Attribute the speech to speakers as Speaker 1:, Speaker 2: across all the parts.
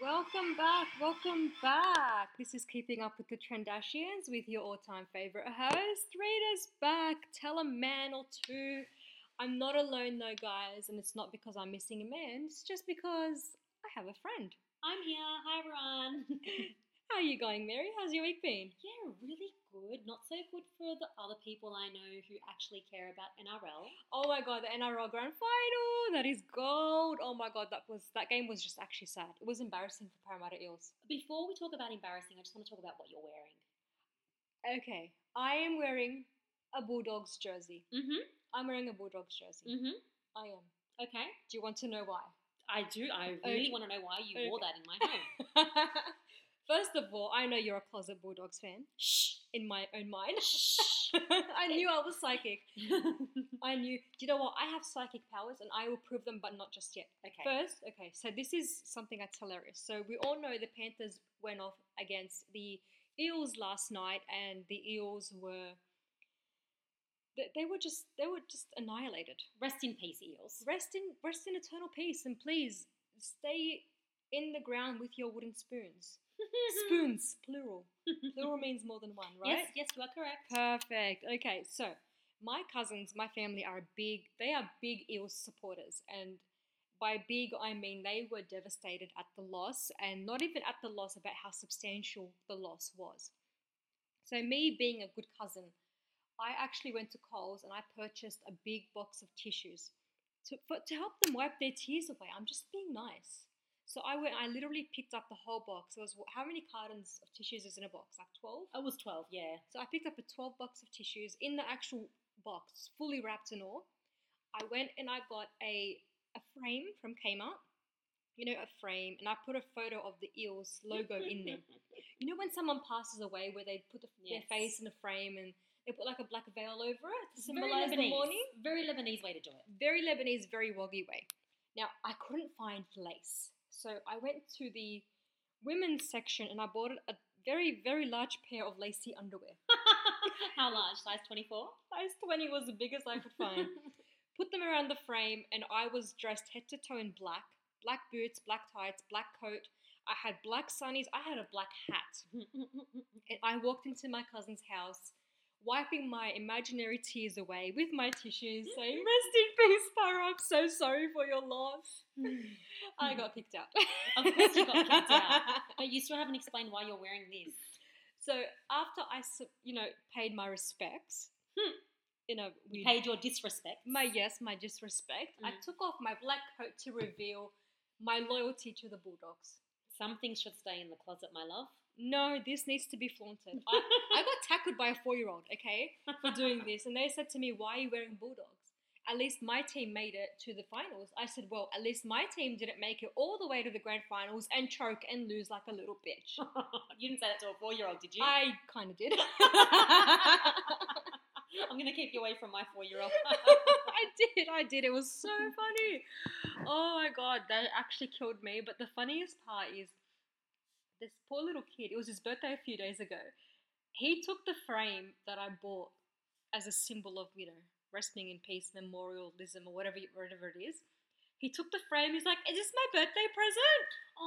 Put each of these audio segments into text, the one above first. Speaker 1: Welcome back, welcome back. This is Keeping Up with the Trendashians with your all time favorite host, Readers Back. Tell a man or two. I'm not alone though, guys, and it's not because I'm missing a man, it's just because I have a friend.
Speaker 2: I'm here. Hi, everyone.
Speaker 1: How are you going, Mary? How's your week been?
Speaker 2: yeah, really good. Not so good for the other people I know who actually care about NRL.
Speaker 1: Oh my god, the NRL Grand Final! That is gold! Oh my god, that was that game was just actually sad. It was embarrassing for Parramatta Eels.
Speaker 2: Before we talk about embarrassing, I just want to talk about what you're wearing.
Speaker 1: Okay, I am wearing a Bulldogs jersey.
Speaker 2: Mm-hmm.
Speaker 1: I'm wearing a Bulldogs jersey.
Speaker 2: Mm-hmm.
Speaker 1: I am.
Speaker 2: Okay.
Speaker 1: Do you want to know why?
Speaker 2: I do. I
Speaker 1: Oh,
Speaker 2: really want to know why you wore that in my home.
Speaker 1: First of all, I know you're a closet Bulldogs fan.
Speaker 2: Shh.
Speaker 1: In my own mind,
Speaker 2: Shh.
Speaker 1: I knew I was psychic. I knew. Do you know what? I have psychic powers, and I will prove them, but not just yet.
Speaker 2: okay.
Speaker 1: First, okay, so this is something that's hilarious. So we all know the Panthers went off against the Eels last night, and the Eels were they, they were just they were just annihilated.
Speaker 2: Rest in peace, eels.
Speaker 1: Rest in rest in eternal peace, and please stay in the ground with your wooden spoons. Spoons, plural. Plural means more than one, right?
Speaker 2: Yes, yes, you are correct.
Speaker 1: Perfect. Okay, so my cousins, my family are big. They are big Eels supporters, and by big I mean they were devastated at the loss, and not even at the loss about how substantial the loss was. So me being a good cousin, I actually went to Coles and I purchased a big box of tissues to for, to help them wipe their tears away. I'm just being nice. So I went. I literally picked up the whole box. It was how many cartons of tissues is in a box? Like twelve.
Speaker 2: I was 12, yeah.
Speaker 1: So I picked up a 12 box of tissues in the actual box, fully wrapped and all. I went and I got a, a frame from Kmart, you know, a frame, and I put a photo of the Eels logo in there. You know, when someone passes away, where they put the,
Speaker 2: Yes.
Speaker 1: their face in a frame and they put like a black veil over it to
Speaker 2: It's very
Speaker 1: symbolize the
Speaker 2: Lebanese.
Speaker 1: mourning?
Speaker 2: Very Lebanese way to do it.
Speaker 1: very Lebanese, very woggy way. Now, I couldn't find lace. So I went to the women's section and I bought a very, very large pair of lacy underwear.
Speaker 2: How large? Size 24?
Speaker 1: Size 20 was the biggest I could find. Put them around the frame, and I was dressed head to toe in black black boots, black tights, black coat. I had black sunnies, I had a black hat. And I walked into my cousin's house, wiping my imaginary tears away with my tissues, saying, Rest in peace, Pyro, I'm so sorry for your loss. I got kicked out.
Speaker 2: Of course you got kicked out. but you still haven't explained why you're wearing this.
Speaker 1: So after I, su- you know, paid my respects,
Speaker 2: Hmm.
Speaker 1: in a weird
Speaker 2: Paid your disrespect.
Speaker 1: my yes, my disrespect. I
Speaker 2: Mm.
Speaker 1: took off my black coat to reveal my loyalty to the Bulldogs.
Speaker 2: Some things should stay in the closet, my love.
Speaker 1: No, this needs to be flaunted. I, I got tackled by a four year old, okay, for doing this. And they said to me, Why are you wearing Bulldogs? At least my team made it to the finals. I said, Well, at least my team didn't make it all the way to the grand finals and choke and lose like a little bitch.
Speaker 2: you didn't say that to a four-year-old, did you?
Speaker 1: I kind of did.
Speaker 2: I'm gonna keep you away from my four-year-old.
Speaker 1: I did, I did. It was so funny. Oh my god, that actually killed me. But the funniest part is this poor little kid, it was his birthday a few days ago. He took the frame that I bought as a symbol of, you know, resting in peace, memorialism, or whatever, whatever it is. He took the frame, he's like, Is this my birthday present?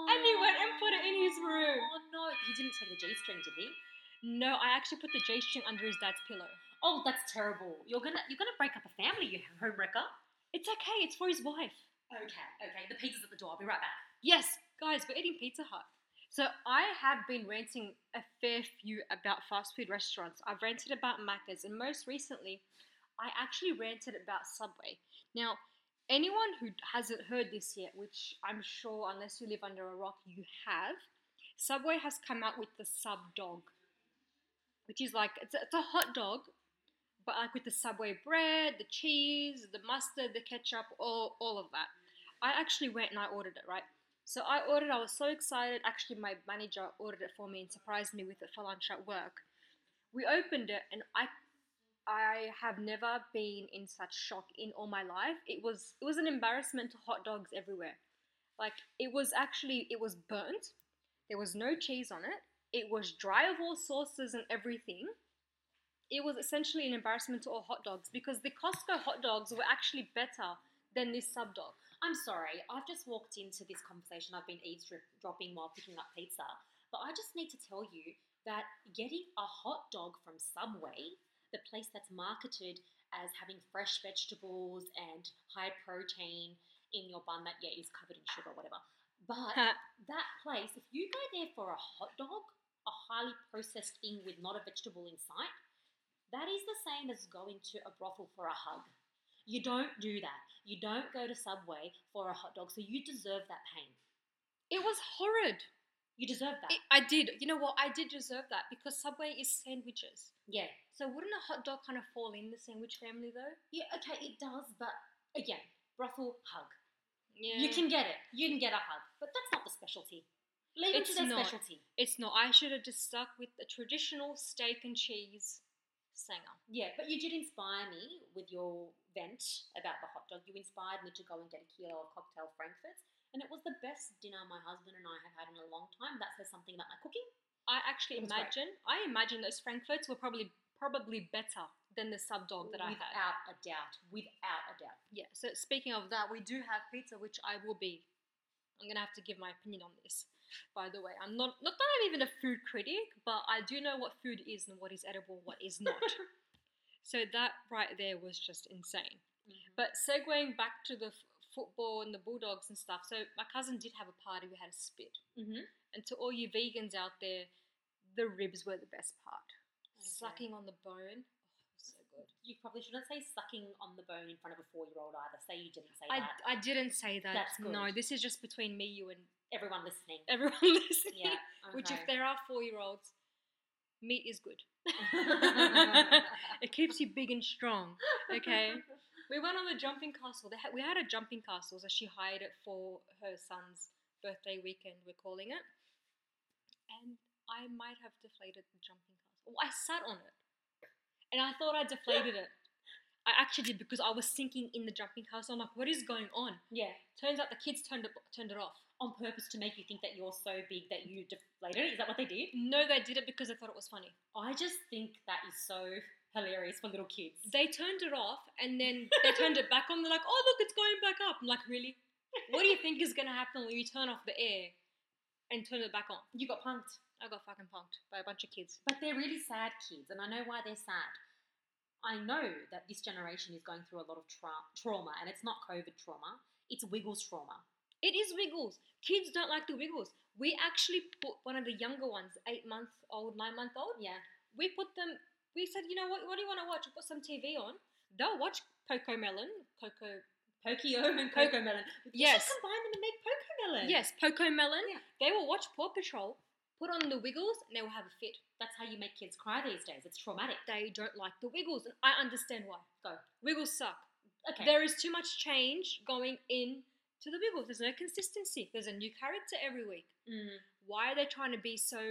Speaker 1: And he went and put it in his room.
Speaker 2: Oh no, he didn't take the G-string, did he?
Speaker 1: No, I actually put the J string under his dad's pillow.
Speaker 2: Oh, that's terrible. You're gonna you're gonna break up a family, you homewrecker.
Speaker 1: It's okay, it's for his wife.
Speaker 2: Okay, okay. The pizza's at the door. I'll be right back.
Speaker 1: Yes, guys, we're eating Pizza Hut. So I have been ranting a fair few about fast food restaurants. I've ranted about Macca's, and most recently, I actually ranted about Subway. Now, anyone who hasn't heard this yet, which I'm sure, unless you live under a rock, you have, Subway has come out with the sub dog, which is like it's a, it's a hot dog, but like with the Subway bread, the cheese, the mustard, the ketchup, all all of that. I actually went and I ordered it, right? So I ordered, I was so excited. Actually, my manager ordered it for me and surprised me with it for lunch at work. We opened it and I I have never been in such shock in all my life. It was it was an embarrassment to hot dogs everywhere. Like it was actually it was burnt. There was no cheese on it. It was dry of all sauces and everything. It was essentially an embarrassment to all hot dogs because the Costco hot dogs were actually better than this sub dog.
Speaker 2: I'm sorry, I've just walked into this conversation. I've been eavesdropping while picking up pizza, but I just need to tell you that getting a hot dog from Subway, the place that's marketed as having fresh vegetables and high protein in your bun that yeah is covered in sugar, whatever. But that place, if you go there for a hot dog, a highly processed thing with not a vegetable in sight, that is the same as going to a brothel for a hug. You don't do that. You don't go to Subway for a hot dog, so you deserve that pain.
Speaker 1: It was horrid.
Speaker 2: You deserve that.
Speaker 1: It, I did. You know what? I did deserve that because Subway is sandwiches.
Speaker 2: yeah.
Speaker 1: So wouldn't a hot dog kind of fall in the sandwich family though?
Speaker 2: Yeah, okay, it does, but again, brothel hug.
Speaker 1: Yeah.
Speaker 2: You can get it. You can get a hug, but that's not the specialty. Leave it
Speaker 1: It's
Speaker 2: to their
Speaker 1: not.
Speaker 2: specialty.
Speaker 1: It's not. I should have just stuck with the traditional steak and cheese sanger.
Speaker 2: Yeah, but you did inspire me with your vent about the hot dog. You inspired me to go and get a kilo of cocktail frankfurts, and it was the best dinner my husband and I have had in a long time. That says something about my cooking.
Speaker 1: I actually
Speaker 2: It was great.
Speaker 1: imagine. I imagine those frankfurts were probably probably better than the sub dog that I had.
Speaker 2: without a doubt, without a doubt.
Speaker 1: Yeah. So speaking of that, we do have pizza, which I will be. I'm gonna have to give my opinion on this. By the way, I'm not not that I'm even a food critic, but I do know what food is and what is edible, what is not. so that right there was just insane. But segueing back to the f- football and the bulldogs and stuff. So my cousin did have a party. We had a spit,
Speaker 2: Mhm.
Speaker 1: and to all you vegans out there, the ribs were the best part.
Speaker 2: Okay.
Speaker 1: Sucking on the bone, oh, so good.
Speaker 2: You probably shouldn't say sucking on the bone in front of a four-year-old either. Say you didn't say
Speaker 1: I,
Speaker 2: that.
Speaker 1: I didn't say that.
Speaker 2: That's good.
Speaker 1: No, this is just between me, you, and
Speaker 2: Everyone listening.
Speaker 1: everyone listening.
Speaker 2: Yeah.
Speaker 1: Which, if
Speaker 2: okay.
Speaker 1: there are four year olds, meat is good.
Speaker 2: okay.
Speaker 1: It keeps you big and strong. Okay. We went on the jumping castle. They had, we had a jumping castle, so she hired it for her son's birthday weekend, we're calling it. And I might have deflated the jumping castle. Well, I sat on it. And I thought I deflated it. I actually did because I was sinking in the jumping castle. I'm like, what is going on?
Speaker 2: Yeah.
Speaker 1: Turns out the kids turned it, turned it off.
Speaker 2: On purpose to make you think that you're so big that you deflated it. Is that what they did?
Speaker 1: No, they did it because they thought it was funny.
Speaker 2: I just think that is so hilarious for little kids.
Speaker 1: They turned it off and then they turned it back on. They're like, oh, look, it's going back up. I'm like, really? What do you think is going to happen when you turn off the air and turn it back on?
Speaker 2: You got punked.
Speaker 1: I got fucking punked by a bunch of kids.
Speaker 2: But they're really sad kids, and I know why they're sad. I know that this generation is going through a lot of tra- trauma, and it's not COVID trauma, it's Wiggles trauma.
Speaker 1: It is Wiggles. Kids don't like the Wiggles. We actually put one of the younger ones, eight month old, nine month old.
Speaker 2: Yeah.
Speaker 1: We put them. We said, you know what? What do you want to watch? Put some TV on. They'll watch Coco Melon. Coco.
Speaker 2: Pokio and Coco Melon. You
Speaker 1: Yes.
Speaker 2: should combine them and make Poco Melon.
Speaker 1: Yes, Poco Melon.
Speaker 2: Yeah.
Speaker 1: They will watch Paw Patrol, put on the Wiggles, and they will have a fit.
Speaker 2: That's how you make kids cry these days. It's traumatic.
Speaker 1: They don't like the Wiggles, and I understand why.
Speaker 2: Go.
Speaker 1: Wiggles suck.
Speaker 2: Okay.
Speaker 1: There is too much change going in to the Wiggles. There's no consistency. There's a new character every week.
Speaker 2: Mm.
Speaker 1: Why are they trying to be so?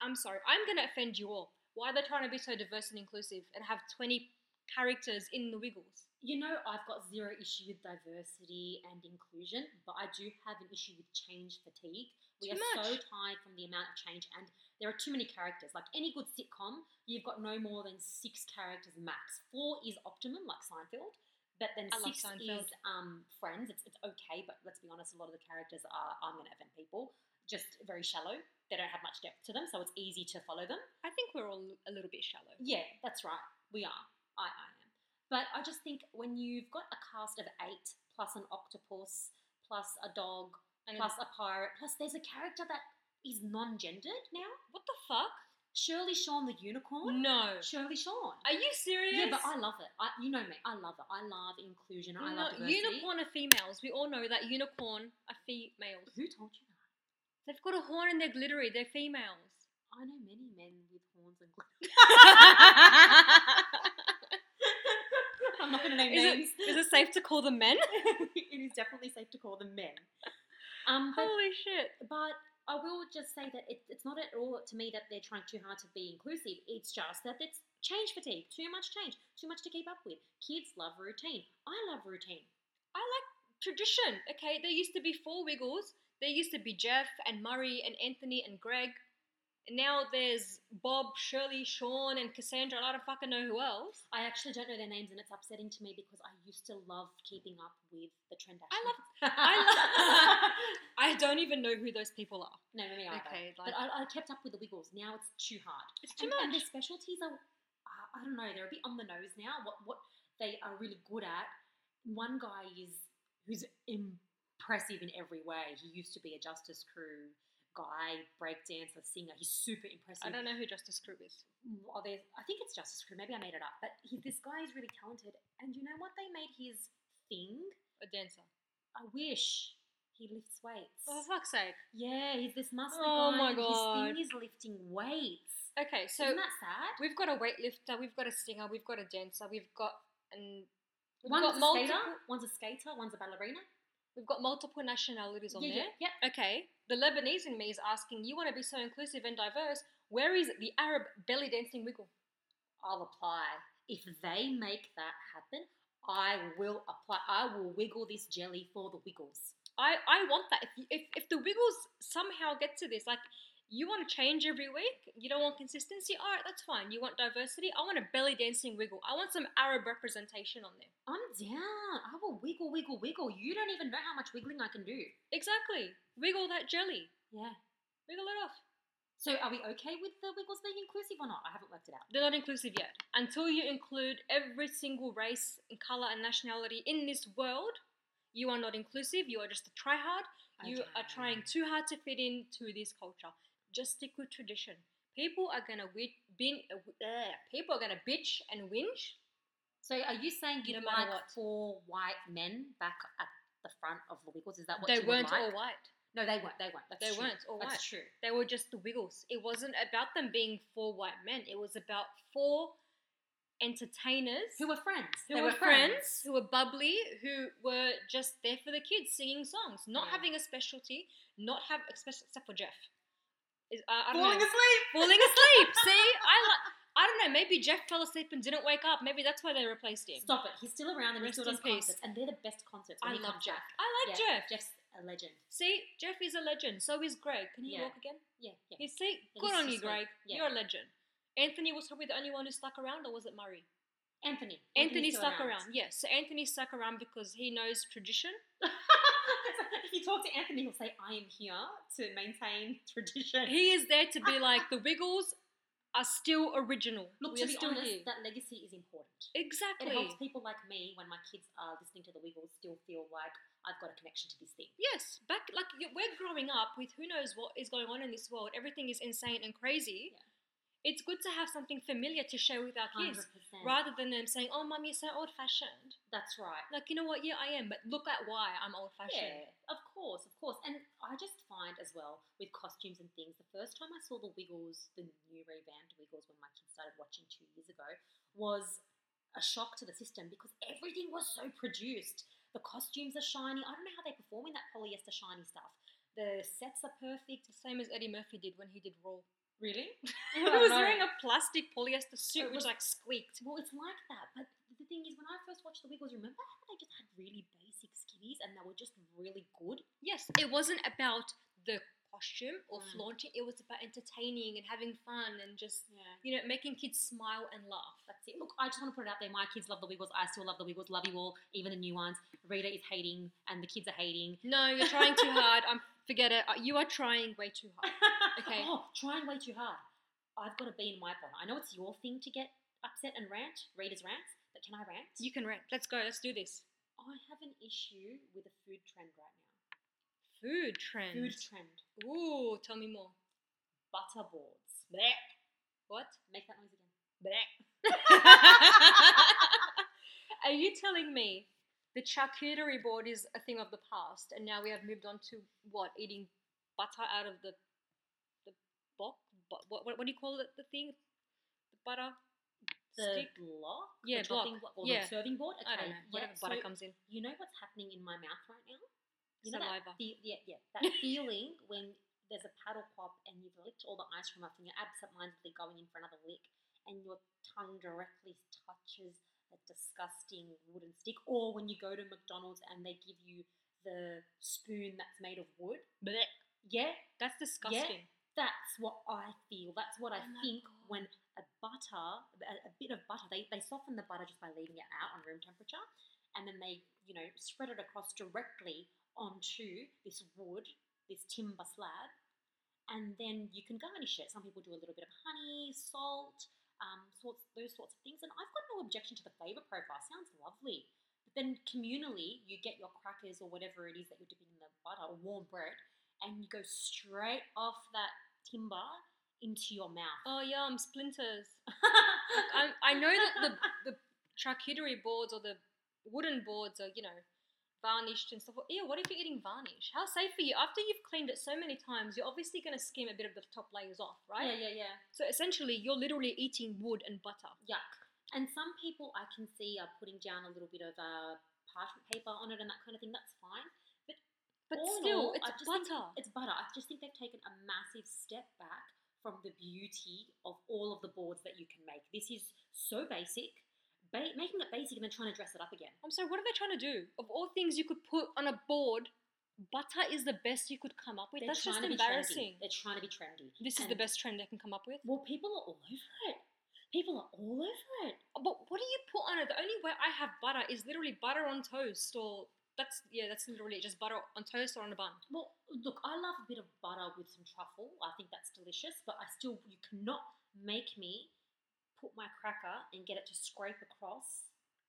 Speaker 1: I'm sorry. I'm gonna offend you all. Why are they trying to be so diverse and inclusive and have 20 characters in the Wiggles?
Speaker 2: You know, I've got zero issue with diversity and inclusion, but I do have an issue with change fatigue. We
Speaker 1: Too
Speaker 2: are so
Speaker 1: much.
Speaker 2: tired from the amount of change, and there are too many characters. Like any good sitcom, you've got no more than six characters max. Four is optimum, like Seinfeld, but then
Speaker 1: I love
Speaker 2: six
Speaker 1: Seinfeld.
Speaker 2: is um, Friends. It's, it's okay, but let's be honest, a lot of the characters are, I'm going to offend people, just very shallow. They don't have much depth to them, so it's easy to follow them.
Speaker 1: I think we're all a little bit shallow.
Speaker 2: Yeah, that's right. We are. I, I am. But I just think when you've got a cast of eight, plus an octopus, plus a dog,
Speaker 1: And
Speaker 2: plus a pirate, plus there's a character that is non gendered now.
Speaker 1: what the fuck?
Speaker 2: Shirley Shawn the unicorn.
Speaker 1: No.
Speaker 2: Shirley Shawn.
Speaker 1: Are you serious?
Speaker 2: Yeah, but I love it. I, you know me. I love it. I love inclusion. I love
Speaker 1: No,
Speaker 2: diversity.
Speaker 1: unicorn are females. We all know that unicorn are females.
Speaker 2: Who told you that?
Speaker 1: They've got a horn and they're glittery. They're females.
Speaker 2: I know many men with horns and glitter. I'm not going to name
Speaker 1: Is
Speaker 2: names.
Speaker 1: it, is it safe to call them men?
Speaker 2: it is definitely safe to call them men. Um, but
Speaker 1: Holy shit.
Speaker 2: But I will just say that it, it's not at all to me that they're trying too hard to be inclusive. It's just that it's change fatigue, too much change, too much to keep up with. Kids love routine. I love routine.
Speaker 1: I like tradition. Okay, there used to be four Wiggles. There used to be Jeff and Murray and Anthony and Greg now there's Bob, Shirley, Sean, and Cassandra, and I don't fucking know who else.
Speaker 2: I actually don't know their names, and it's upsetting to me because I used to love keeping up with the trend.
Speaker 1: I love- I I don't even know who those people are.
Speaker 2: no, me either.
Speaker 1: Okay, like
Speaker 2: But I, I kept up with the Wiggles. Now it's too hard.
Speaker 1: it's too
Speaker 2: and,
Speaker 1: much.
Speaker 2: And their specialties are, uh, I don't know, they're a bit on the nose now. What what they are really good at. One guy is who's impressive in every way. He used to be a Justice Crew guy, breakdancer, singer. He's super
Speaker 1: I
Speaker 2: impressive.
Speaker 1: don't know who Justice Crew is.
Speaker 2: Well, there's, I think it's Justice Crew. Maybe I made it up. But he, this guy is really talented. And you know what? They made his thing.
Speaker 1: A dancer.
Speaker 2: I wish he lifts weights.
Speaker 1: Oh, for fuck's sake.
Speaker 2: Yeah, he's this muscly
Speaker 1: Oh
Speaker 2: guy.
Speaker 1: my
Speaker 2: and
Speaker 1: God.
Speaker 2: His thing is lifting weights.
Speaker 1: Okay, so
Speaker 2: Isn't that sad?
Speaker 1: we've got a weightlifter, we've got a singer, we've got a dancer, we've got an we've
Speaker 2: One's
Speaker 1: got
Speaker 2: a
Speaker 1: multiple
Speaker 2: skater, one's a skater, one's a ballerina.
Speaker 1: we've got multiple nationalities on
Speaker 2: yeah,
Speaker 1: there.
Speaker 2: yeah,
Speaker 1: Okay, the Lebanese in me is asking, you want to be so inclusive and diverse. Where is the Arab belly dancing wiggle?
Speaker 2: yeah. I'll apply. If they make that happen, I will apply. I will wiggle this jelly for the wiggles.
Speaker 1: I, I want that. If, you- if, if the Wiggles somehow get to this, like you want to change every week, you don't want consistency. All right, that's fine. You want diversity. I want a belly dancing Wiggle. I want some Arab representation on there.
Speaker 2: I'm down. I will wiggle, wiggle, wiggle. You don't even know how much wiggling I can do.
Speaker 1: Exactly. Wiggle that jelly.
Speaker 2: Yeah.
Speaker 1: Wiggle it off.
Speaker 2: So are we okay with the wiggles being inclusive or not? I haven't worked it out.
Speaker 1: They're not inclusive yet. Until you include every single race, and color, and nationality in this world, you are not inclusive. You are just a tryhard. You are
Speaker 2: Okay.
Speaker 1: trying too hard to fit into this culture. Just stick with tradition. People are gonna wit- bin- uh, w- uh, people are gonna bitch and whinge.
Speaker 2: So are you saying you'd
Speaker 1: No matter
Speaker 2: like
Speaker 1: what.
Speaker 2: four white men back at the front of the wiggles? Is that what
Speaker 1: They
Speaker 2: you would
Speaker 1: weren't
Speaker 2: like?
Speaker 1: all white.
Speaker 2: No, they weren't. They weren't. That's
Speaker 1: They
Speaker 2: true.
Speaker 1: weren't all
Speaker 2: That's
Speaker 1: white.
Speaker 2: true.
Speaker 1: They were just the Wiggles. It wasn't about them being four white men. It was about four entertainers
Speaker 2: Who were friends?
Speaker 1: who
Speaker 2: They
Speaker 1: were friends, who were bubbly, who were just there for the kids, singing songs, not
Speaker 2: Yeah. having
Speaker 1: having a specialty, not have especially except for Jeff. Is, I, I don't
Speaker 2: Falling
Speaker 1: know.
Speaker 2: asleep.
Speaker 1: falling asleep. See, I like. I don't know. Maybe Jeff fell asleep and didn't wake up. Maybe that's why they replaced him.
Speaker 2: Stop it. He's still around and he
Speaker 1: Rest
Speaker 2: still
Speaker 1: in
Speaker 2: does
Speaker 1: peace.
Speaker 2: concerts. And they're the best concerts.
Speaker 1: I
Speaker 2: when he
Speaker 1: love
Speaker 2: comes
Speaker 1: Jeff.
Speaker 2: back.
Speaker 1: I like
Speaker 2: Yeah,
Speaker 1: Jeff.
Speaker 2: Jeff's a legend.
Speaker 1: See, Jeff is a legend. So is Greg. Can he
Speaker 2: Yeah.
Speaker 1: walk again?
Speaker 2: Yeah, yeah.
Speaker 1: You see,
Speaker 2: Yeah,
Speaker 1: good
Speaker 2: he's
Speaker 1: on
Speaker 2: so
Speaker 1: you,
Speaker 2: sweet.
Speaker 1: Greg.
Speaker 2: Yeah.
Speaker 1: You're a legend. Anthony was probably the only one who stuck around, or was it Murray?
Speaker 2: Anthony.
Speaker 1: Anthony
Speaker 2: Anthony's still
Speaker 1: stuck around. Yes, so Anthony stuck around because he knows tradition.
Speaker 2: if you talk to Anthony, he'll say, I am here to maintain tradition.
Speaker 1: He is there to be like the Wiggles are still original.
Speaker 2: Look,
Speaker 1: we
Speaker 2: to
Speaker 1: are
Speaker 2: be
Speaker 1: still
Speaker 2: honest,
Speaker 1: here.
Speaker 2: that legacy is important.
Speaker 1: exactly.
Speaker 2: It helps people like me when my kids are listening to the Wiggles still feel like I've got a connection to this thing.
Speaker 1: Yes, back like y- we're growing up with who knows what is going on in this world. Everything is insane and crazy.
Speaker 2: Yeah.
Speaker 1: It's good to have something familiar to share with our kids
Speaker 2: 100%.
Speaker 1: rather than them saying, "Oh, mum, you're so old-fashioned."
Speaker 2: That's right.
Speaker 1: Like, you know what? Yeah, I am, but look at why I'm old-fashioned.
Speaker 2: Yeah, of course, of course. And I just find as well with costumes and things, the first time I saw the Wiggles, the new revamped Wiggles, when my kids started watching two years ago, was a shock to the system because everything was so produced. The costumes are shiny. I don't know how they perform in that polyester shiny stuff. The sets are perfect.
Speaker 1: The same as Eddie Murphy did when he did Raw.
Speaker 2: Really?
Speaker 1: he
Speaker 2: don't
Speaker 1: was
Speaker 2: know.
Speaker 1: wearing a plastic polyester
Speaker 2: It
Speaker 1: suit,
Speaker 2: was-
Speaker 1: which like squeaked.
Speaker 2: Well, it's like that. But the thing is, when I first watched the Wiggles, remember how they just had really basic skivvies and they were just really good?
Speaker 1: Yes, it wasn't about the costume or
Speaker 2: Mm.
Speaker 1: flaunting. It was about entertaining and having fun and just
Speaker 2: Yeah.
Speaker 1: you know making kids smile and laugh.
Speaker 2: That's it. Look, I just want to put it out there. My kids love the Wiggles. I still love the Wiggles. Love you all, even the new ones. Rita is hating, and the kids are hating.
Speaker 1: No, you're trying too hard. I'm forget it. Uh, You are trying way too hard. Okay.
Speaker 2: Oh, trying way too hard. I've got to be in my corner. I know it's your thing to get upset and rant. Rita's rants, but can I rant?
Speaker 1: You can rant. Let's go. Let's do this.
Speaker 2: I have an issue with a food trend right now.
Speaker 1: Food trends.
Speaker 2: Food trend.
Speaker 1: Ooh, tell me more.
Speaker 2: Butter boards.
Speaker 1: What?
Speaker 2: Make that noise again.
Speaker 1: Are you telling me the charcuterie board is a thing of the past, and now we have moved on to what eating butter out of the the box? Bo- what, what what do you call it? The thing, the butter
Speaker 2: The
Speaker 1: stick.
Speaker 2: block.
Speaker 1: Yeah,
Speaker 2: the
Speaker 1: block.
Speaker 2: chopping block or
Speaker 1: Yeah.
Speaker 2: the serving board. Okay.
Speaker 1: I don't know. Whatever
Speaker 2: yeah,
Speaker 1: butter
Speaker 2: so
Speaker 1: comes in,
Speaker 2: you know what's happening in my mouth right now? You know that
Speaker 1: saliva.
Speaker 2: The, yeah, yeah, that feeling when there's a paddle pop and you've licked all the ice from up and you're absentmindedly going in for another lick and your tongue directly touches a disgusting wooden stick, or when you go to McDonald's and they give you the spoon that's made of wood.
Speaker 1: Blech.
Speaker 2: Yeah,
Speaker 1: That's disgusting.
Speaker 2: That's what I feel. That's what I
Speaker 1: Oh my
Speaker 2: think
Speaker 1: God.
Speaker 2: when a butter, a, a bit of butter, they, they soften the butter just by leaving it out on room temperature and then they, you know, spread it across directly onto this wood, this timber slab, and then you can garnish it. Some people do a little bit of honey, salt, um, sorts, those sorts of things. And I've got no objection to the flavour profile. Sounds lovely. But then communally, you get your crackers or whatever it is that you're dipping in the butter or warm bread, and you go straight off that timber into your mouth.
Speaker 1: Oh yum, splinters. I, I know that the the charcuterie boards or the wooden boards are you know varnished and stuff. Well, Ew, what if you're eating varnish? How safe are you? After you've cleaned it so many times, you're obviously going to skim a bit of the top layers off, right?
Speaker 2: Yeah, yeah, yeah.
Speaker 1: So essentially, you're literally eating wood and butter.
Speaker 2: Yuck. And some people I can see are putting down a little bit of uh, parchment paper on it and that kind of thing. That's fine.
Speaker 1: But
Speaker 2: All in
Speaker 1: still,
Speaker 2: all, I
Speaker 1: it's
Speaker 2: just think
Speaker 1: butter.
Speaker 2: It's butter. I just think they've taken a massive step back from the beauty of all of the boards that you can make. This is so basic, ba- making it basic and then trying to dress it up again.
Speaker 1: I'm sorry, what are they trying to do? Of all things you could put on a board, butter is the best you could come up with.
Speaker 2: They're
Speaker 1: That's just
Speaker 2: trying to be trendy.
Speaker 1: embarrassing.
Speaker 2: They're trying to be trendy.
Speaker 1: This is the
Speaker 2: And-
Speaker 1: best trend they can come up with.
Speaker 2: Well, people are all over it. People are all over it.
Speaker 1: But what do you put on it? The only way I have butter is literally butter on toast, or that's yeah, that's literally it, just butter on toast or on a bun.
Speaker 2: Well, look, I love a bit of butter with some truffle. I think that's delicious, but I still, you cannot make me put my cracker and get it to scrape across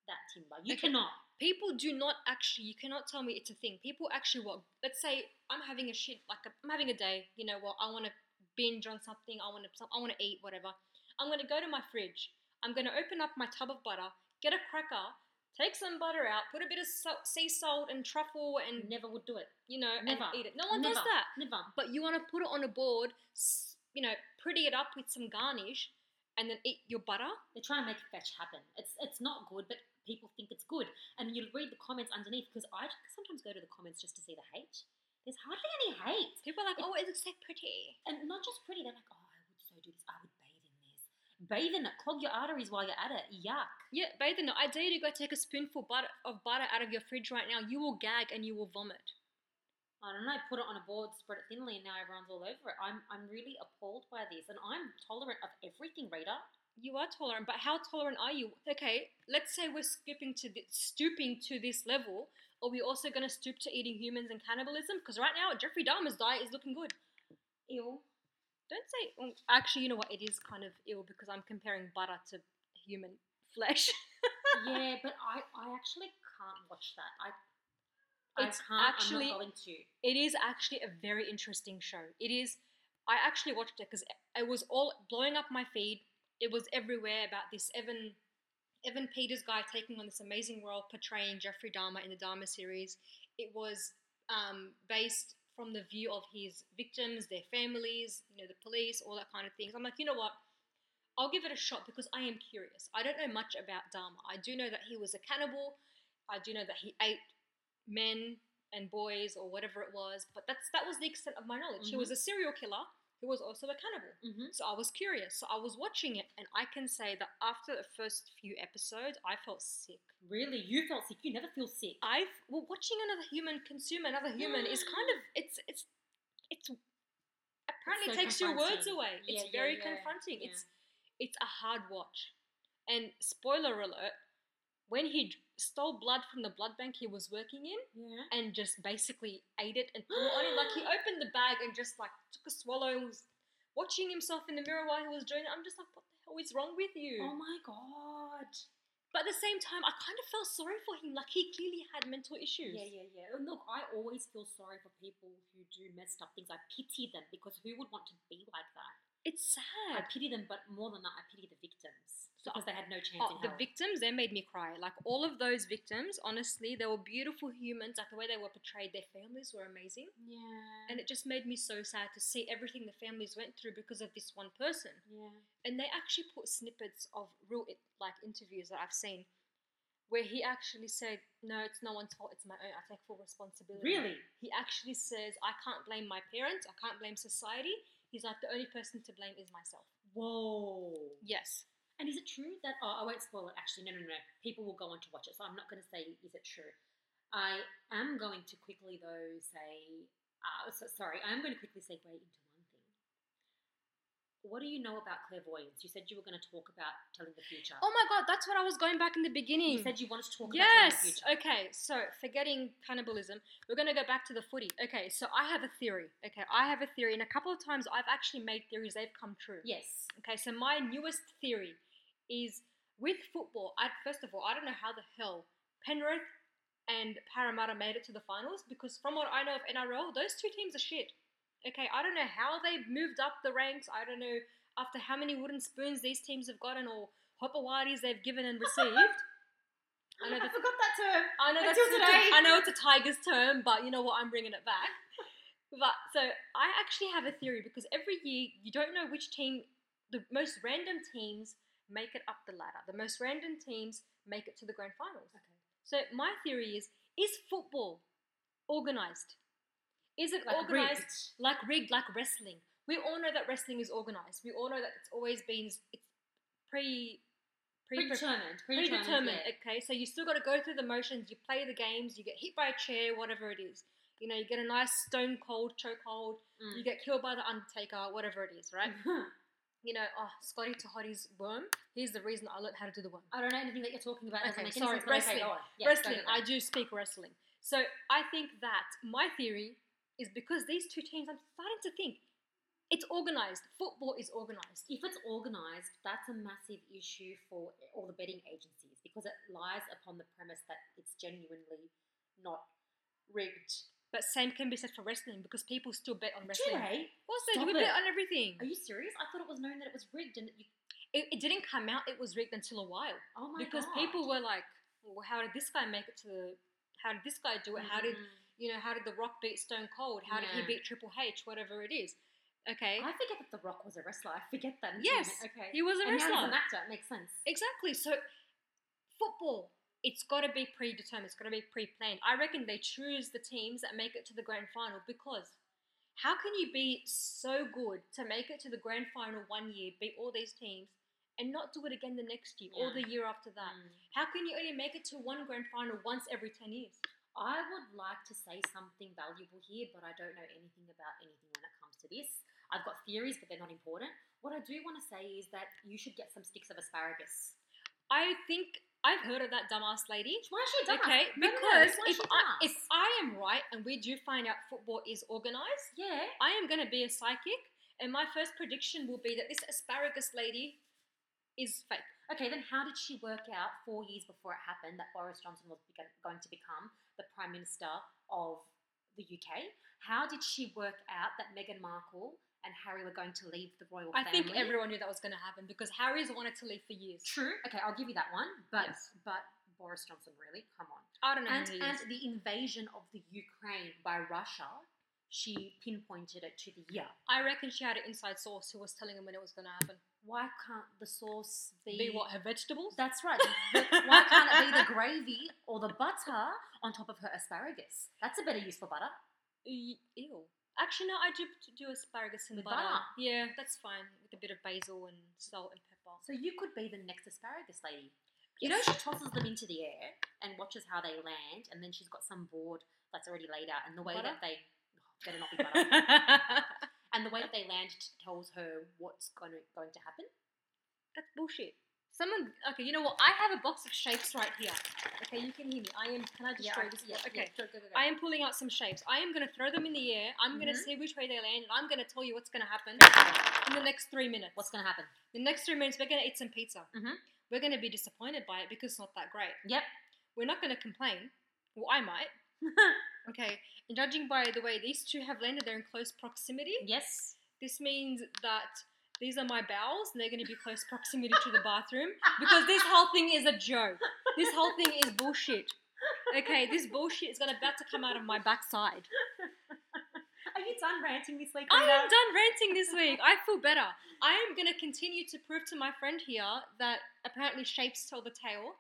Speaker 2: that timber. You
Speaker 1: Okay.
Speaker 2: cannot.
Speaker 1: People do not actually. You cannot tell me it's a thing. People actually what? Let's say I'm having a shit like a, I'm having a day. You know what? I want to binge on something. I want to I want to eat whatever. I'm gonna go to my fridge. I'm gonna open up my tub of butter, get a cracker, take some butter out, put a bit of salt, sea salt and truffle, and
Speaker 2: Never would do it.
Speaker 1: you know,
Speaker 2: Never.
Speaker 1: and eat it. No one does
Speaker 2: Never.
Speaker 1: that.
Speaker 2: Never.
Speaker 1: but you want to put it on a board, s- you know, pretty it up with some garnish, and then eat your butter.
Speaker 2: They're trying to make fetch happen. It's it's not good, but people think it's good. And you read the comments underneath because I sometimes go to the comments just to see the hate. There's hardly any hate.
Speaker 1: People are like, oh, it looks so pretty.
Speaker 2: and not just pretty. They're like, oh, I would so do this. I would bathe in this. Bathe in it. Clog your arteries while you're at it. Yuck.
Speaker 1: Yeah, Bathan, I dare you to go take a spoonful butter, of butter out of your fridge right now. You will gag and you will vomit.
Speaker 2: I don't know. Put it on a board, spread it thinly, and now everyone's all over it. I'm I'm really appalled by this, and I'm tolerant of everything, Rita.
Speaker 1: You are tolerant, but how tolerant are you? Okay, let's say we're stooping to thi- stooping to this level. Are we also going to stoop to eating humans and cannibalism? Because right now, Jeffrey Dahmer's diet is looking good.
Speaker 2: Ew.
Speaker 1: Don't say. oh, Actually, you know what? It is kind of ill because I'm comparing butter to human flesh.
Speaker 2: yeah, but I I actually can't watch that. I
Speaker 1: It's
Speaker 2: I can't.
Speaker 1: actually-
Speaker 2: I'm not going to.
Speaker 1: it is actually a very interesting show. It is. I actually watched it because it was all blowing up my feed. It was everywhere about this Evan Evan Peters guy taking on this amazing role portraying Jeffrey Dahmer in the Dahmer series. It was um, based from the view of his victims, their families, you know, the police, all that kind of things. I'm like, you know what? I'll give it a shot because I am curious. I don't know much about Dahmer. I do know that he was a cannibal. I do know that he ate men and boys or whatever it was, but that's that was the extent of my knowledge. He was a serial killer who was also a cannibal.
Speaker 2: Mm-hmm.
Speaker 1: So I was curious. So I was watching it, and I can say that after the first few episodes, I felt sick.
Speaker 2: Really, you felt sick. You never feel sick.
Speaker 1: I well, watching another human consume another human is kind of it's it's it's apparently
Speaker 2: so
Speaker 1: takes your words
Speaker 2: confronting.
Speaker 1: away.
Speaker 2: Yeah,
Speaker 1: It's
Speaker 2: yeah,
Speaker 1: very
Speaker 2: yeah,
Speaker 1: confronting.
Speaker 2: yeah.
Speaker 1: It's it's a hard watch. And spoiler alert: when he d- stole blood from the blood bank he was working in
Speaker 2: Yeah.
Speaker 1: and just basically ate it and threw it on him. Like he opened the bag and just like took a swallow and was watching himself in the mirror while he was doing it. I'm just like, what the hell is wrong with you?
Speaker 2: Oh my god.
Speaker 1: But at the same time, I kind of felt sorry for him. Like he clearly had mental issues.
Speaker 2: Yeah, yeah, yeah. And look, I always feel sorry for people who do messed up things. I pity them because who would want to be like that?
Speaker 1: It's
Speaker 2: I
Speaker 1: sad. Oh,
Speaker 2: pity them, but more than that, I pity the victims
Speaker 1: So-
Speaker 2: because they had no chance
Speaker 1: Oh,
Speaker 2: in
Speaker 1: the
Speaker 2: hell.
Speaker 1: victims, they made me cry. Like all of those victims, honestly, they were beautiful humans. Like the way they were portrayed, their families were amazing.
Speaker 2: yeah,
Speaker 1: And it just made me so sad to see everything the families went through because of this one person.
Speaker 2: yeah.
Speaker 1: and they actually put snippets of real i- like interviews that I've seen where he actually said, "No, it's no one's fault. It's my own. I take full responsibility."
Speaker 2: Really?
Speaker 1: He actually says, "I can't blame my parents. I can't blame society." He's like, "The only person to blame is myself."
Speaker 2: Whoa.
Speaker 1: Yes.
Speaker 2: And is it true that? Oh, I won't spoil it. Actually, no, no, no. People will go on to watch it, so I'm not going to say is it true. I am going to quickly though say. Uh, so, sorry, I am going to quickly segue into one thing. what do you know about clairvoyance? You said you were going to talk about telling the future.
Speaker 1: Oh my god, that's what I was going back in the beginning.
Speaker 2: you said you wanted to talk about telling the
Speaker 1: Yes.
Speaker 2: future.
Speaker 1: Okay. So, forgetting cannibalism, we're going to go back to the footy. Okay. So, I have a theory. Okay. I have a theory, and a couple of times I've actually made theories, they've come true.
Speaker 2: Yes.
Speaker 1: Okay. So, my newest theory is with football. I, first of all, I don't know how the hell Penrith and Parramatta made it to the finals because, from what I know of NRL, those two teams are shit. Okay. I don't know how they moved up the ranks. I don't know after how many wooden spoons these teams have gotten or hopawatis they've given and received. I know the
Speaker 2: forgot that term.
Speaker 1: I know that's
Speaker 2: Until
Speaker 1: such a-
Speaker 2: today.
Speaker 1: I know it's a tiger's term, but you know what? I'm bringing it back. But so I actually have a theory because every year you don't know which team, the most random teams make it up the ladder. The most random teams make it to the grand finals.
Speaker 2: Okay.
Speaker 1: So my theory is: is football organized? Is it
Speaker 2: Like
Speaker 1: organized
Speaker 2: rigged.
Speaker 1: like rigged, like wrestling? We all know that wrestling is organized. We all know that it's always been it's pre pre
Speaker 2: Predetermined.
Speaker 1: predetermined.
Speaker 2: yeah.
Speaker 1: Okay, so you still got to go through the motions. You play the games. You get hit by a chair, whatever it is. You know, you get a nice stone cold chokehold.
Speaker 2: Mm.
Speaker 1: You get killed by the Undertaker, whatever it is, right?
Speaker 2: Mm-hmm.
Speaker 1: You know, oh, Scotty Tahori's worm. Here's the reason I learned how to do the worm.
Speaker 2: I don't know anything that you're talking about.
Speaker 1: Okay,
Speaker 2: doesn't make any
Speaker 1: sorry,
Speaker 2: sense, but okay,
Speaker 1: wrestling.
Speaker 2: go on. Uh, Yeah, go,
Speaker 1: wrestling.
Speaker 2: go, go.
Speaker 1: I do speak wrestling. So I think that my theory is because these two teams, I'm starting to think it's organized. Football is organized.
Speaker 2: if it's organised, that's a massive issue for all the betting agencies because it lies upon the premise that it's genuinely not rigged.
Speaker 1: But same can be said for wrestling because people still bet on
Speaker 2: Do
Speaker 1: wrestling.
Speaker 2: they?
Speaker 1: Also,
Speaker 2: Stop
Speaker 1: we
Speaker 2: it.
Speaker 1: bet on everything.
Speaker 2: Are you serious? I thought it was known that it was rigged and that you.
Speaker 1: it, it didn't come out it was rigged until a while
Speaker 2: Oh my
Speaker 1: because
Speaker 2: God.
Speaker 1: people were like well, how did this guy make it to the how did this guy do it how did
Speaker 2: Mm.
Speaker 1: you know how did the rock beat stone cold how did he
Speaker 2: Yeah.
Speaker 1: beat triple h whatever it is okay
Speaker 2: I forget that The Rock was a wrestler. I forget that. until you
Speaker 1: yes
Speaker 2: men- Okay.
Speaker 1: he was a
Speaker 2: And now he's
Speaker 1: wrestler
Speaker 2: an actor. It makes sense.
Speaker 1: exactly so football it's got to be predetermined it's got to be pre-planned i reckon they choose the teams that make it to the grand final because how can you be so good to make it to the grand final one year beat all these teams and not do it again the next year or
Speaker 2: Yeah.
Speaker 1: the year after that
Speaker 2: Mm.
Speaker 1: How can you only make it to one grand final once every 10 years?
Speaker 2: I would like to say something valuable here, but I don't know anything about anything when it comes to this. I've got theories, but they're not important. What I do want to say is that you should get some sticks of asparagus.
Speaker 1: I think I've heard of that dumbass lady.
Speaker 2: Why is she dumb?
Speaker 1: Okay,
Speaker 2: No, no, no,
Speaker 1: because
Speaker 2: why
Speaker 1: if,
Speaker 2: is she
Speaker 1: I,
Speaker 2: dumb?
Speaker 1: if I am right and we do find out football is organized,
Speaker 2: yeah,
Speaker 1: I am going to be a psychic, and my first prediction will be that this asparagus lady is fake.
Speaker 2: okay, then how did she work out four years before it happened that Boris Johnson was beca- going to become the prime minister of the UK? How did she work out that Meghan Markle and Harry were going to leave the royal
Speaker 1: I
Speaker 2: family?
Speaker 1: think everyone knew that was going to happen because Harry's wanted to leave for years.
Speaker 2: True. Okay, I'll give you that one. But
Speaker 1: Yes.
Speaker 2: but Boris Johnson, really? Come on.
Speaker 1: I don't know.
Speaker 2: and,
Speaker 1: who he
Speaker 2: and
Speaker 1: is.
Speaker 2: the invasion of the Ukraine by Russia, she pinpointed it to the year.
Speaker 1: I reckon she had an inside source who was telling him when it was going to happen.
Speaker 2: Why can't the source be,
Speaker 1: Be what, her vegetables?
Speaker 2: That's right. Why can't it be the gravy or the butter on top of her asparagus? That's a better use for butter.
Speaker 1: Y- Ew. Actually, no, I do p- do asparagus and
Speaker 2: With
Speaker 1: butter.
Speaker 2: butter.
Speaker 1: Yeah, that's fine. With a bit of basil and salt and pepper.
Speaker 2: So you could be the next asparagus lady. You
Speaker 1: Yes.
Speaker 2: know, she tosses them into the air and watches how they land, and then she's got some board that's already laid out, and the way
Speaker 1: Butter?
Speaker 2: that they oh, better not be butter. and the way that they land t- tells her what's going to, going to happen.
Speaker 1: that's bullshit. Someone, okay, you know what? I have a box of shapes right here. Okay, you can hear me. I am. Can I just
Speaker 2: Yeah,
Speaker 1: throw
Speaker 2: I-
Speaker 1: this?
Speaker 2: yeah,
Speaker 1: okay.
Speaker 2: yeah, go, go, go, go.
Speaker 1: I am pulling out some shapes. I am going to throw them in the air. I'm going to
Speaker 2: Mhm.
Speaker 1: see which way they land, and I'm going to tell you what's going to happen in the next three minutes.
Speaker 2: What's going to happen?
Speaker 1: the next three minutes? We're going to eat some pizza.
Speaker 2: Mhm.
Speaker 1: We're going to be disappointed by it because it's not that great.
Speaker 2: Yep.
Speaker 1: We're not going to complain. Well, I might. Okay, and judging by the way these two have landed, they're in close proximity.
Speaker 2: yes.
Speaker 1: This means that these are my bowels and they're going to be close proximity to the bathroom because this whole thing is a joke. This whole thing is bullshit. Okay, this bullshit is going to about to come out of my backside.
Speaker 2: Are you done ranting this week?
Speaker 1: I am
Speaker 2: Linda?
Speaker 1: done ranting this week. I feel better. I am going to continue to prove to my friend here that apparently shapes tell the tale.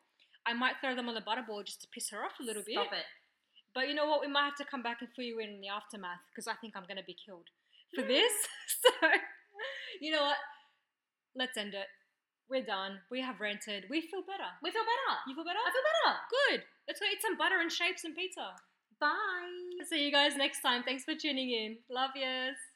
Speaker 1: I might throw them on the butterball just to piss her off a little bit.
Speaker 2: Stop it.
Speaker 1: But you know what? We might have to come back and fill you in in the aftermath because I think I'm going to be killed for this. So, you know what? Let's end it. We're done. We have ranted. We feel better.
Speaker 2: We feel better.
Speaker 1: You feel better?
Speaker 2: I feel better.
Speaker 1: Good. Let's go eat some butter and shapes and pizza.
Speaker 2: Bye.
Speaker 1: See you guys next time. Thanks for tuning in. Love yous.